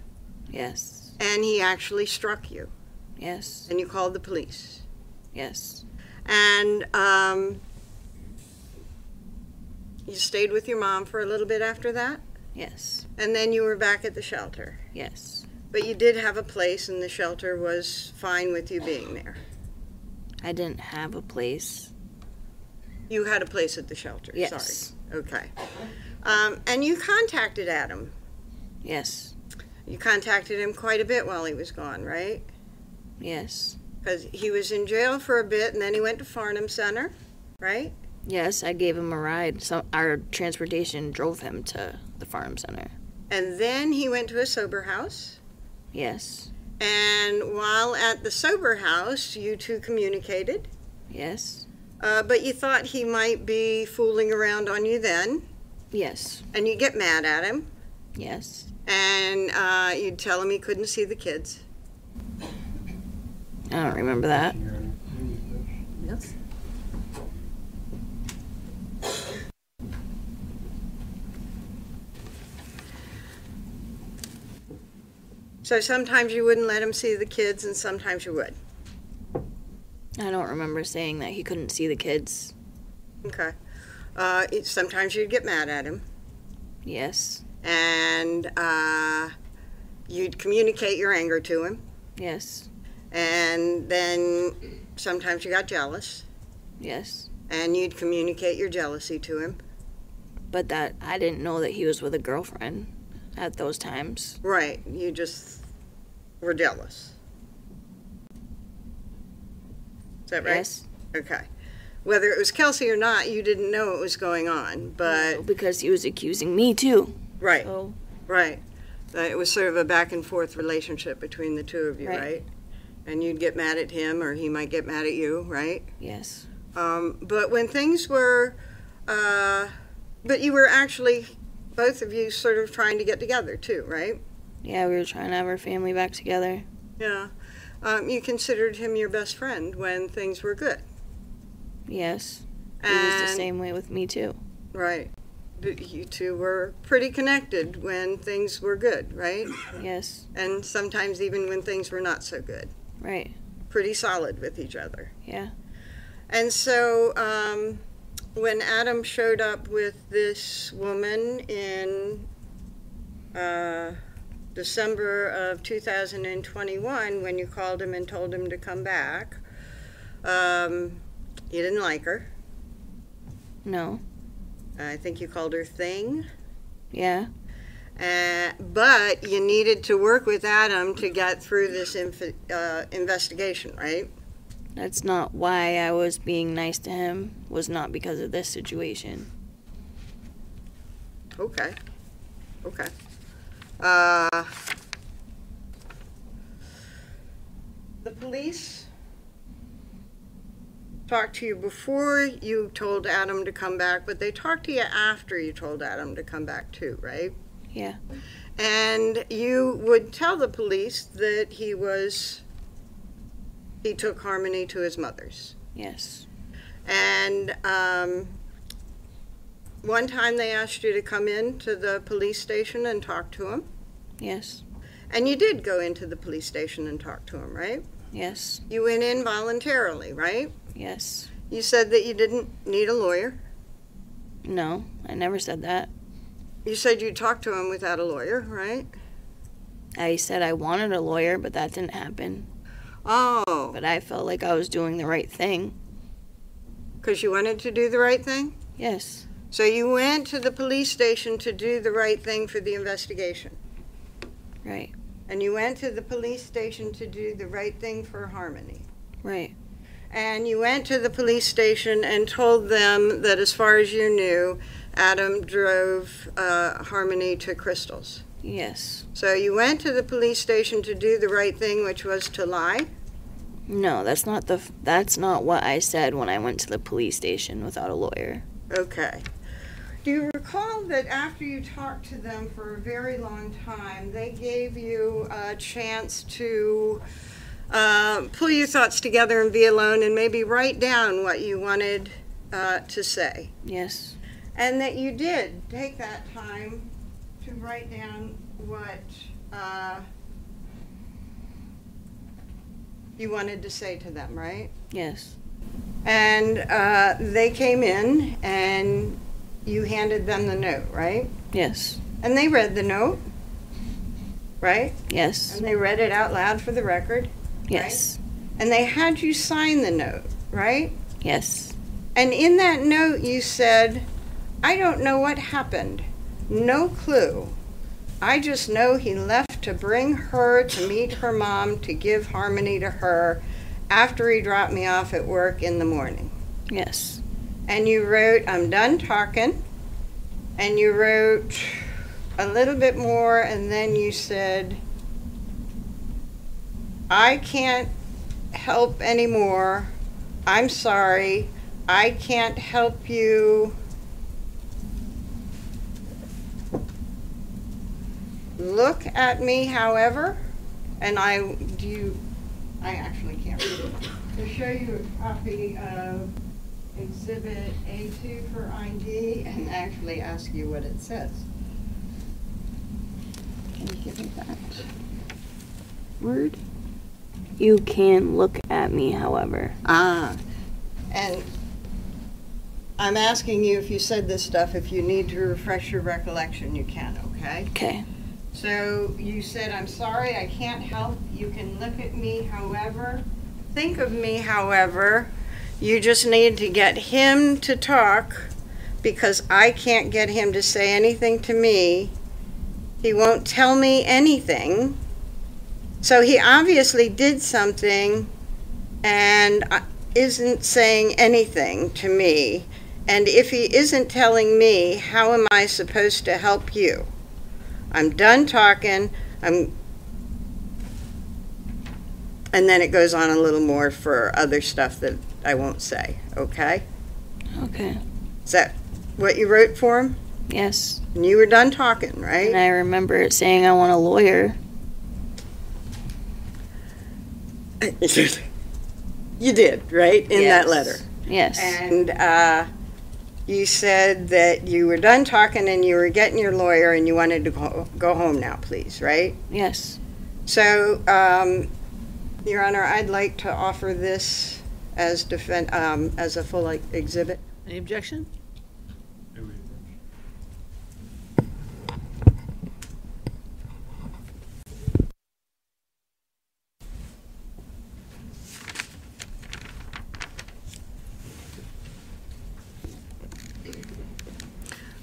Speaker 8: Yes.
Speaker 11: and he actually struck you,
Speaker 8: Yes.
Speaker 11: and you called the police.
Speaker 8: Yes.
Speaker 11: And um, You stayed with your mom for a little bit after that?
Speaker 8: Yes.
Speaker 11: And then you were back at the shelter?
Speaker 8: Yes.
Speaker 11: But you did have a place, and the shelter was fine with you being there?
Speaker 8: I didn't have a place.
Speaker 11: You had a place at the shelter?
Speaker 8: Yes.
Speaker 11: Sorry. Okay. Um, and you contacted Adam?
Speaker 8: Yes.
Speaker 11: You contacted him quite a bit while he was gone, right?
Speaker 8: Yes.
Speaker 11: Because he was in jail for a bit, and then he went to Farnham Center, right?
Speaker 8: Yes, I gave him a ride. Some our transportation drove him to the farm center.
Speaker 11: And then he went to a sober house?
Speaker 8: Yes.
Speaker 11: And while at the sober house, you two communicated?
Speaker 8: Yes.
Speaker 11: Uh, but you thought he might be fooling around on you then?
Speaker 8: Yes.
Speaker 11: And you get mad at him?
Speaker 8: Yes.
Speaker 11: And uh, you'd tell him he couldn't see the kids?
Speaker 8: I don't remember that.
Speaker 9: Yes.
Speaker 11: So sometimes you wouldn't let him see the kids, and sometimes you would?
Speaker 8: I don't remember saying that he couldn't see the kids.
Speaker 11: Okay. Uh, it, sometimes you'd get mad at him,
Speaker 8: Yes.
Speaker 11: and uh, you'd communicate your anger to him,
Speaker 8: Yes.
Speaker 11: and then sometimes you got jealous,
Speaker 8: Yes.
Speaker 11: and you'd communicate your jealousy to him.
Speaker 8: But that I didn't know that he was with a girlfriend at those times.
Speaker 11: Right. You just were jealous. Is that right?
Speaker 8: Yes.
Speaker 11: Okay. Whether it was Kelsey or not, you didn't know what was going on, but
Speaker 8: because he was accusing me too.
Speaker 11: Right.
Speaker 8: So-
Speaker 11: Right. Uh, It was sort of a back and forth relationship between the two of you,
Speaker 8: Right.
Speaker 11: right? And you'd get mad at him, or he might get mad at you, right?
Speaker 8: Yes.
Speaker 11: Um, but when things were, uh, but you were actually both of you sort of trying to get together too, right?
Speaker 8: Yeah, we were trying to have our family back together.
Speaker 11: Yeah. Um, you considered him your best friend when things were good,
Speaker 8: Yes. He was the
Speaker 11: And-
Speaker 8: same way with me too.
Speaker 11: right? But you two were pretty connected when things were good, right?
Speaker 8: Yes.
Speaker 11: And sometimes even when things were not so good.
Speaker 8: Right.
Speaker 11: pretty solid with each other.
Speaker 8: Yeah.
Speaker 11: And so um, when Adam showed up with this woman in uh, December of 2021, when you called him and told him to come back, um, you didn't like her.
Speaker 8: No.
Speaker 11: I think you called her thing.
Speaker 8: Yeah.
Speaker 11: Uh, but you needed to work with Adam to get through this inf- uh, investigation, right?
Speaker 8: That's not why I was being nice to him. Was not because of this situation.
Speaker 11: Okay. Okay. Uh, the police talked to you before you told Adam to come back, but they talked to you after you told Adam to come back, too, right?
Speaker 8: Yeah.
Speaker 11: And you would tell the police that he was, he took Harmony to his mother's.
Speaker 8: Yes.
Speaker 11: And um, one time they asked you to come in to the police station and talk to him.
Speaker 8: Yes.
Speaker 11: And you did go into the police station and talk to him, right?
Speaker 8: Yes.
Speaker 11: You went in voluntarily, right?
Speaker 8: Yes.
Speaker 11: You said that you didn't need a lawyer.
Speaker 8: No. I never said that.
Speaker 11: You said you talked to him without a lawyer, right?
Speaker 8: I said I wanted a lawyer, but that didn't happen.
Speaker 11: Oh,
Speaker 8: But I felt like I was doing the right thing.
Speaker 11: because you wanted to do the right thing?
Speaker 8: Yes.
Speaker 11: So you went to the police station to do the right thing for the investigation.
Speaker 8: Right.
Speaker 11: And you went to the police station to do the right thing for Harmony.
Speaker 8: Right.
Speaker 11: And you went to the police station and told them that, as far as you knew, Adam drove uh, Harmony to Crystal's.
Speaker 8: Yes.
Speaker 11: So you went to the police station to do the right thing, which was to lie.
Speaker 8: No, that's not the that's not what I said when I went to the police station without a lawyer.
Speaker 11: Okay. Do you recall that after you talked to them for a very long time, they gave you a chance to uh, pull your thoughts together and be alone and maybe write down what you wanted uh, to say?
Speaker 8: Yes.
Speaker 11: And that you did take that time to write down what uh, you wanted to say to them, right?
Speaker 8: Yes.
Speaker 11: And uh, they came in and you handed them the note, right?
Speaker 8: Yes.
Speaker 11: And they read the note, right?
Speaker 8: Yes.
Speaker 11: And they read it out loud for the record?
Speaker 8: Yes.
Speaker 11: And they had you sign the note, right?
Speaker 8: Yes.
Speaker 11: And in that note, you said, I don't know what happened. No clue. I just know he left to bring her to meet her mom to give Harmony to her after he dropped me off at work in the morning.
Speaker 8: Yes.
Speaker 11: And you wrote, I'm done talking. And you wrote a little bit more, and then you said, I can't help anymore. I'm sorry. I can't help you. Look at me, however, and I do. You, I actually can't read it. To show you a copy of Exhibit A2 for ID and actually ask you what it says. Can you give me that word?
Speaker 8: You can look at me, however.
Speaker 11: Ah, and I'm asking you if you said this stuff, if you need to refresh your recollection, you can, okay?
Speaker 8: Okay.
Speaker 11: So you said, I'm sorry, I can't help. You can look at me however, think of me however. You just need to get him to talk because I can't get him to say anything to me. He won't tell me anything. So he obviously did something and I- isn't saying anything to me. And if he isn't telling me, how am I supposed to help you? I'm done talking. I'm. And then it goes on a little more for other stuff that I won't say, okay?
Speaker 8: Okay.
Speaker 11: Is that what you wrote for him?
Speaker 8: Yes.
Speaker 11: And you were done talking, right?
Speaker 8: And I remember it saying I want a lawyer.
Speaker 11: You did, right? In
Speaker 8: Yes.
Speaker 11: that letter.
Speaker 8: Yes.
Speaker 11: And uh, you said that you were done talking and you were getting your lawyer and you wanted to go, go home now, please, right?
Speaker 8: Yes.
Speaker 11: So, um, Your Honor, I'd like to offer this as defend, um, as a full like, exhibit.
Speaker 1: Any objection?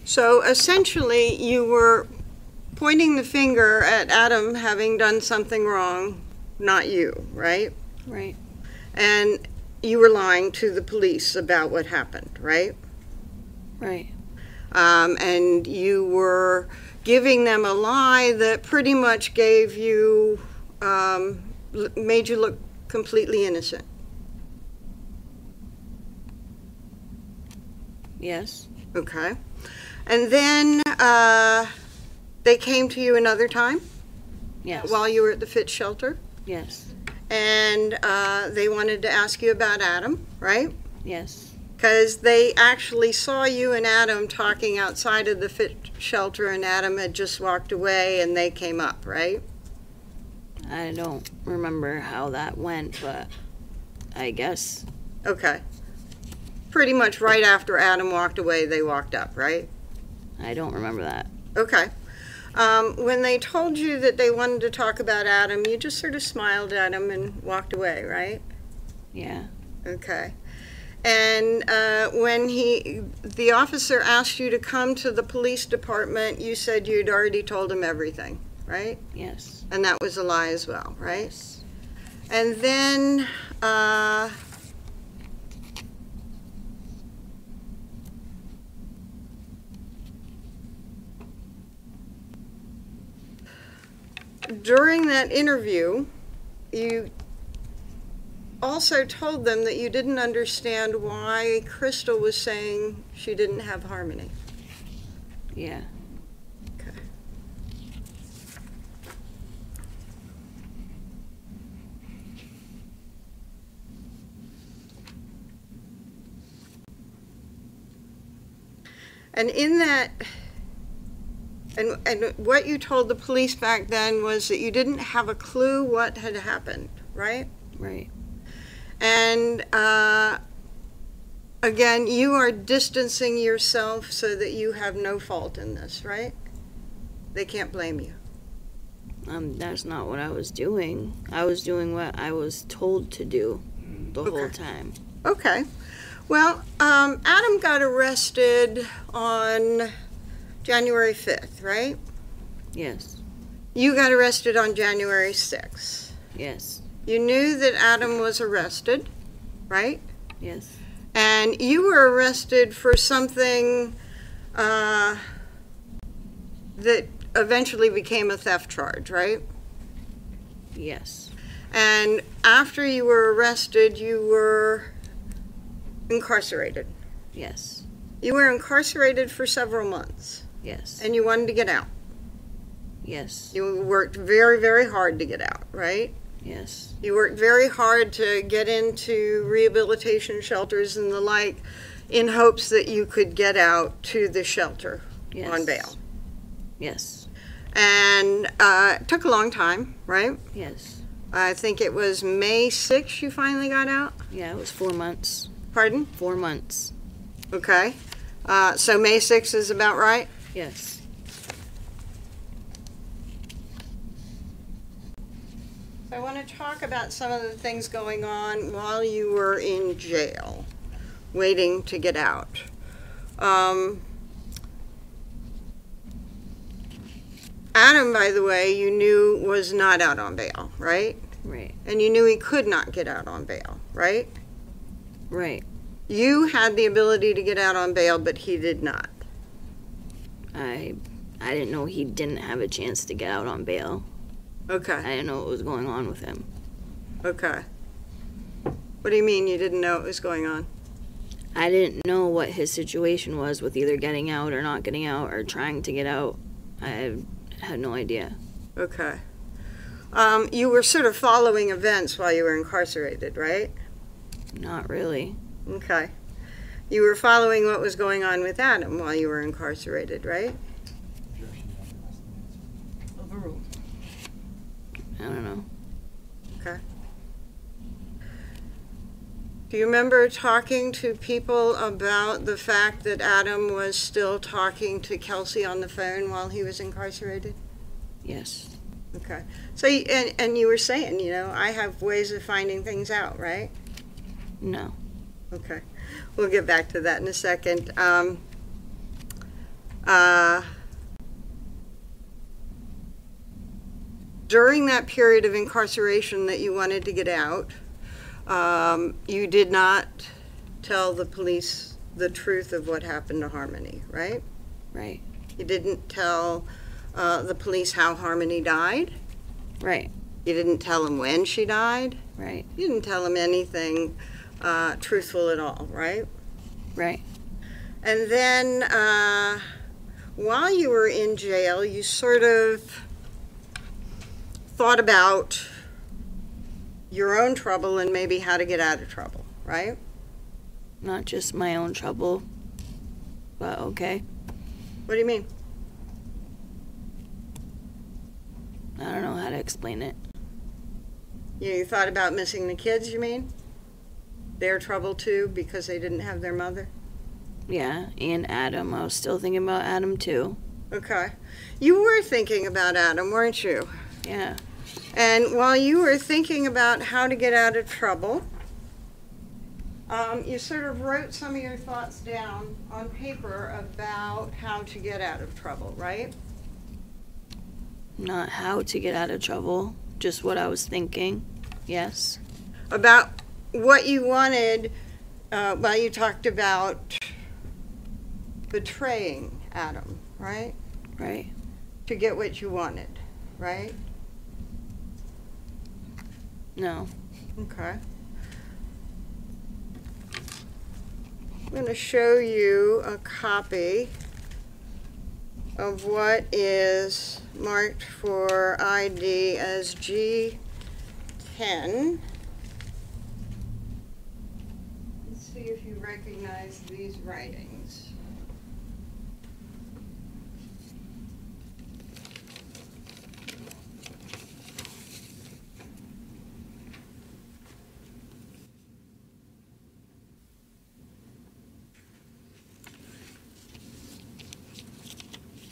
Speaker 11: So essentially, you were pointing the finger at Adam having done something wrong, not you, right?
Speaker 8: Right.
Speaker 11: And you were lying to the police about what happened, right?
Speaker 8: Right.
Speaker 11: Um, and you were giving them a lie that pretty much gave you, um, l- made you look completely innocent.
Speaker 8: Yes.
Speaker 11: Okay. And then uh, they came to you another time?
Speaker 8: Yes.
Speaker 11: While you were at the Fitz shelter?
Speaker 8: Yes.
Speaker 11: And uh, they wanted to ask you about Adam, right?
Speaker 8: Yes.
Speaker 11: Because they actually saw you and Adam talking outside of the Fitz shelter, and Adam had just walked away and they came up, right?
Speaker 8: I don't remember how that went, but I guess.
Speaker 11: Okay. Pretty much right after Adam walked away, they walked up, right?
Speaker 8: I don't remember that.
Speaker 11: Okay. Um, when they told you that they wanted to talk about Adam, you just sort of smiled at him and walked away, right?
Speaker 8: Yeah.
Speaker 11: Okay. And uh, when he, the officer asked you to come to the police department, you said you'd already told him everything, right?
Speaker 8: Yes.
Speaker 11: And that was a lie as well, right? And then, uh, during that interview, you also told them that you didn't understand why Crystal was saying she didn't have harmony.
Speaker 8: Yeah.
Speaker 11: And in that, and, and what you told the police back then was that you didn't have a clue what had happened, right?
Speaker 8: Right.
Speaker 11: And uh, Again, you are distancing yourself so that you have no fault in this, right? They can't blame you.
Speaker 8: Um, that's not what I was doing. I was doing what I was told to do the whole time.
Speaker 11: Okay. Well, um, Adam got arrested on January 5th, right?
Speaker 8: Yes,
Speaker 11: You got arrested on January 6th.
Speaker 8: yes,
Speaker 11: You knew that Adam was arrested, right?
Speaker 8: yes.
Speaker 11: And you were arrested for something uh, that eventually became a theft charge, right?
Speaker 8: Yes.
Speaker 11: And after you were arrested, you were incarcerated.
Speaker 8: Yes.
Speaker 11: You were incarcerated for several months.
Speaker 8: Yes.
Speaker 11: And you wanted to get out.
Speaker 8: Yes.
Speaker 11: You worked very, very hard to get out, right?
Speaker 8: Yes.
Speaker 11: You worked very hard to get into rehabilitation shelters and the like in hopes that you could get out to the shelter on
Speaker 8: Yes.
Speaker 11: bail.
Speaker 8: Yes.
Speaker 11: And uh, it took a long time, right?
Speaker 8: Yes.
Speaker 11: I think it was May 6th you finally got out?
Speaker 8: Yeah, it was four months.
Speaker 11: Pardon?
Speaker 8: Four months.
Speaker 11: Okay. Uh, so May 6th is about right?
Speaker 8: Yes.
Speaker 11: I want to talk about some of the things going on while you were in jail, waiting to get out. Um, Adam, by the way, you knew was not out on bail, right?
Speaker 8: Right.
Speaker 11: And you knew he could not get out on bail, right?
Speaker 8: Right.
Speaker 11: You had the ability to get out on bail, but he did not.
Speaker 8: I I didn't know he didn't have a chance to get out on bail.
Speaker 11: Okay.
Speaker 8: I didn't know what was going on with him.
Speaker 11: Okay. What do you mean you didn't know it was going on?
Speaker 8: I didn't know what his situation was with either getting out or not getting out or trying to get out. I had no idea.
Speaker 11: Okay. Um, you were sort of following events while you were incarcerated, right?
Speaker 8: Not really.
Speaker 11: Okay. You were following what was going on with Adam while you were incarcerated, right?
Speaker 9: Overruled.
Speaker 8: I don't know.
Speaker 11: Okay. Do you remember talking to people about the fact that Adam was still talking to Kelsey on the phone while he was incarcerated?
Speaker 8: Yes.
Speaker 11: Okay. So, you- and, and you were saying, you know, I have ways of finding things out, right?
Speaker 8: No.
Speaker 11: Okay. We'll get back to that in a second. Um, uh, during that period of incarceration that you wanted to get out, um, you did not tell the police the truth of what happened to Harmony, right?
Speaker 8: Right.
Speaker 11: You didn't tell uh, the police how Harmony died.
Speaker 8: Right.
Speaker 11: You didn't tell them when she died.
Speaker 8: Right.
Speaker 11: You didn't tell them anything uh, truthful at all, right?
Speaker 8: Right.
Speaker 11: And then uh, while you were in jail, you sort of thought about your own trouble and maybe how to get out of trouble, right?
Speaker 8: Not just my own trouble. But okay.
Speaker 11: What do you mean?
Speaker 8: I don't know how to explain it.
Speaker 11: You, you thought about missing the kids, you mean? Their trouble too because they didn't have their mother?
Speaker 8: Yeah, and Adam. I was still thinking about Adam too.
Speaker 11: Okay. You were thinking about Adam, weren't you?
Speaker 8: Yeah.
Speaker 11: And while you were thinking about how to get out of trouble, um, you sort of wrote some of your thoughts down on paper about how to get out of trouble, right?
Speaker 8: Not how to get out of trouble, just what I was thinking. Yes.
Speaker 11: About what you wanted uh, while you talked about betraying Adam, right?
Speaker 8: Right.
Speaker 11: To get what you wanted, right?
Speaker 8: No.
Speaker 11: Okay. I'm going to show you a copy of what is marked for ID as G10. Let's see if you recognize these writings.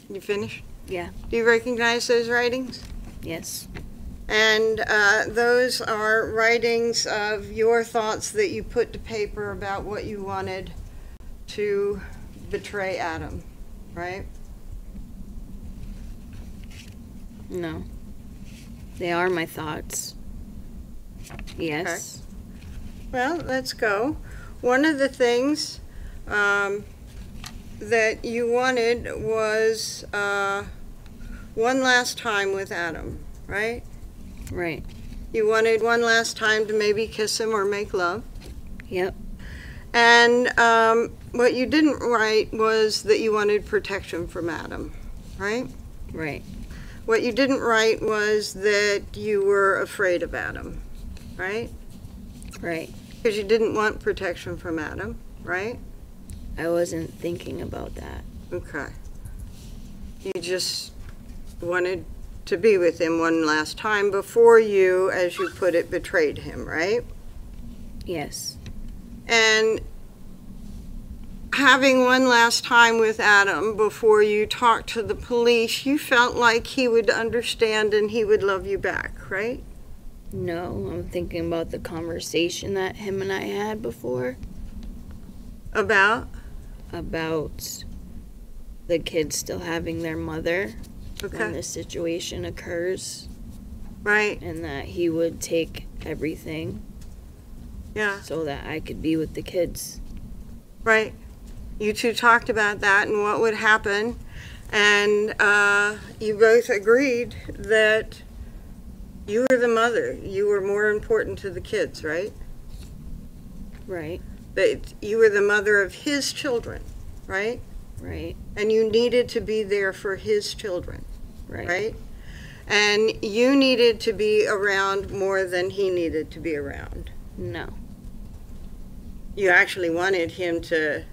Speaker 11: You finished?
Speaker 8: Yeah.
Speaker 11: Do you recognize those writings?
Speaker 8: Yes.
Speaker 11: And uh, those are writings of your thoughts that you put to paper about what you wanted to betray Adam, right?
Speaker 8: No. They are my thoughts. Yes.
Speaker 11: Well, let's go. One of the things um, that you wanted was uh, one last time with Adam, right?
Speaker 8: Right.
Speaker 11: You wanted one last time to maybe kiss him or make love.
Speaker 8: Yep.
Speaker 11: And um, what you didn't write was that you wanted protection from Adam, right?
Speaker 8: Right.
Speaker 11: What you didn't write was that you were afraid of Adam, right?
Speaker 8: Right.
Speaker 11: Because you didn't want protection from Adam, right?
Speaker 8: I wasn't thinking about that.
Speaker 11: Okay. You just wanted to be with him one last time before you, as you put it, betrayed him, right?
Speaker 8: Yes.
Speaker 11: And having one last time with Adam before you talked to the police, you felt like he would understand and he would love you back, right?
Speaker 8: No, I'm thinking about the conversation that him and I had before.
Speaker 11: About?
Speaker 8: About the kids still having their mother
Speaker 11: Okay.
Speaker 8: when this situation occurs.
Speaker 11: Right.
Speaker 8: And that he would take everything.
Speaker 11: Yeah.
Speaker 8: So that I could be with the kids.
Speaker 11: Right. You two talked about that and what would happen. And uh, you both agreed that you were the mother. You were more important to the kids, right?
Speaker 8: Right.
Speaker 11: That you were the mother of his children, right?
Speaker 8: Right.
Speaker 11: And you needed to be there for his children,
Speaker 8: Right.
Speaker 11: right? And you needed to be around more than he needed to be around.
Speaker 8: No.
Speaker 11: You actually wanted him to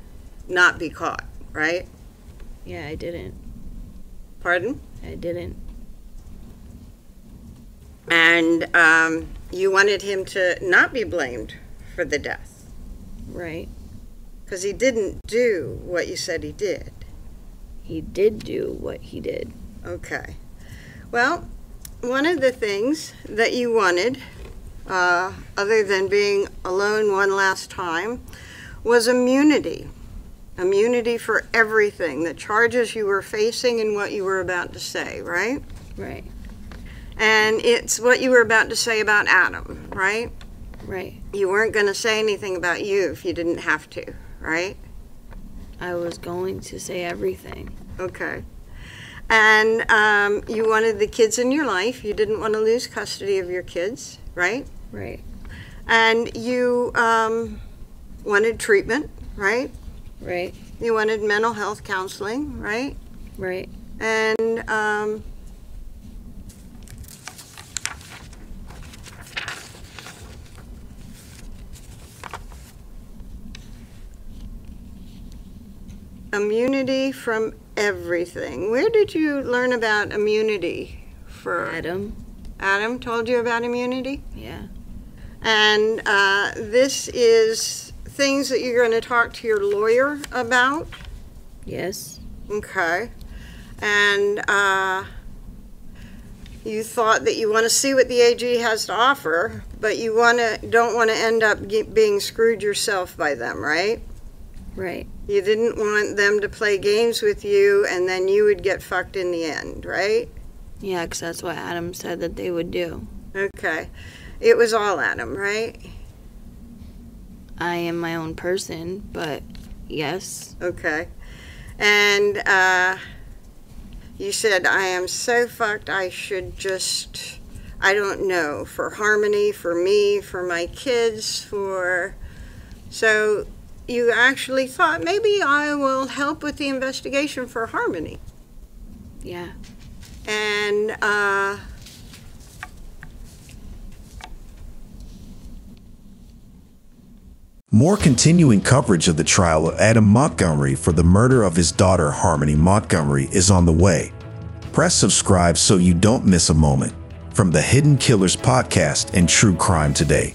Speaker 11: not be caught, right?
Speaker 8: Yeah, I didn't.
Speaker 11: Pardon?
Speaker 8: I didn't.
Speaker 11: And um, you wanted him to not be blamed for the death
Speaker 8: Right.
Speaker 11: because he didn't do what you said he did.
Speaker 8: He did do what he did.
Speaker 11: Okay. Well, one of the things that you wanted, uh, other than being alone one last time, was immunity. Immunity for everything, the charges you were facing and what you were about to say, right?
Speaker 8: Right.
Speaker 11: And it's what you were about to say about Adam, right?
Speaker 8: Right.
Speaker 11: You weren't going to say anything about you if you didn't have to, right?
Speaker 8: I was going to say everything.
Speaker 11: Okay. And um, you wanted the kids in your life. You didn't want to lose custody of your kids, right?
Speaker 8: Right.
Speaker 11: And you um, wanted treatment, right?
Speaker 8: Right.
Speaker 11: You wanted mental health counseling, right?
Speaker 8: Right.
Speaker 11: And um, immunity from everything. Where did you learn about immunity for
Speaker 8: Adam?
Speaker 11: Adam told you about immunity?
Speaker 8: Yeah.
Speaker 11: And uh, this is things that you're going to talk to your lawyer about.
Speaker 8: Yes.
Speaker 11: Okay. And uh, you thought that you want to see what the AG has to offer, but you want to don't want to end up ge- being screwed yourself by them, right?
Speaker 8: Right.
Speaker 11: You didn't want them to play games with you, and then you would get fucked in the end, right?
Speaker 8: Yeah, 'cause that's what Adam said that they would do.
Speaker 11: Okay. It was all Adam, right?
Speaker 8: I am my own person, but yes.
Speaker 11: Okay. And uh, you said, I am so fucked, I should just, I don't know, for harmony, for me, for my kids, for. So you actually thought, maybe I will help with the investigation for harmony.
Speaker 8: Yeah.
Speaker 11: And uh,
Speaker 6: More continuing coverage of the trial of Adam Montgomery for the murder of his daughter Harmony Montgomery is on the way. Press subscribe so you don't miss a moment from the Hidden Killers podcast and True Crime Today.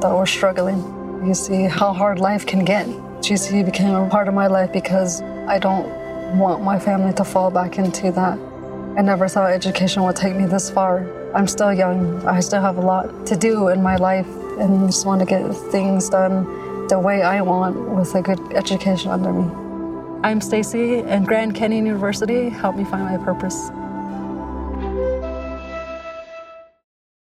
Speaker 12: that was struggling. You see how hard life can get. GC became a part of my life because I don't want my family to fall back into that. I never thought education would take me this far. I'm still young. I still have a lot to do in my life and just want to get things done the way I want with a good education under me. I'm Stacy, and Grand Canyon University helped me find my purpose.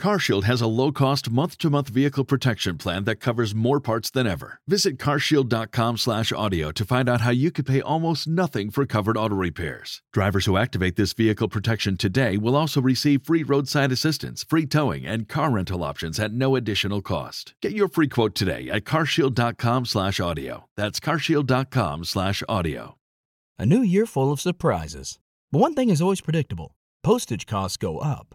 Speaker 13: CarShield has a low cost month to month vehicle protection plan that covers more parts than ever. Visit carshield.com slash audio to find out how you could pay almost nothing for covered auto repairs. Drivers who activate this vehicle protection today will also receive free roadside assistance, free towing, and car rental options at no additional cost. Get your free quote today at carshield.com slash audio. That's carshield.com slash audio.
Speaker 14: A new year full of surprises. But one thing is always predictable postage costs go up.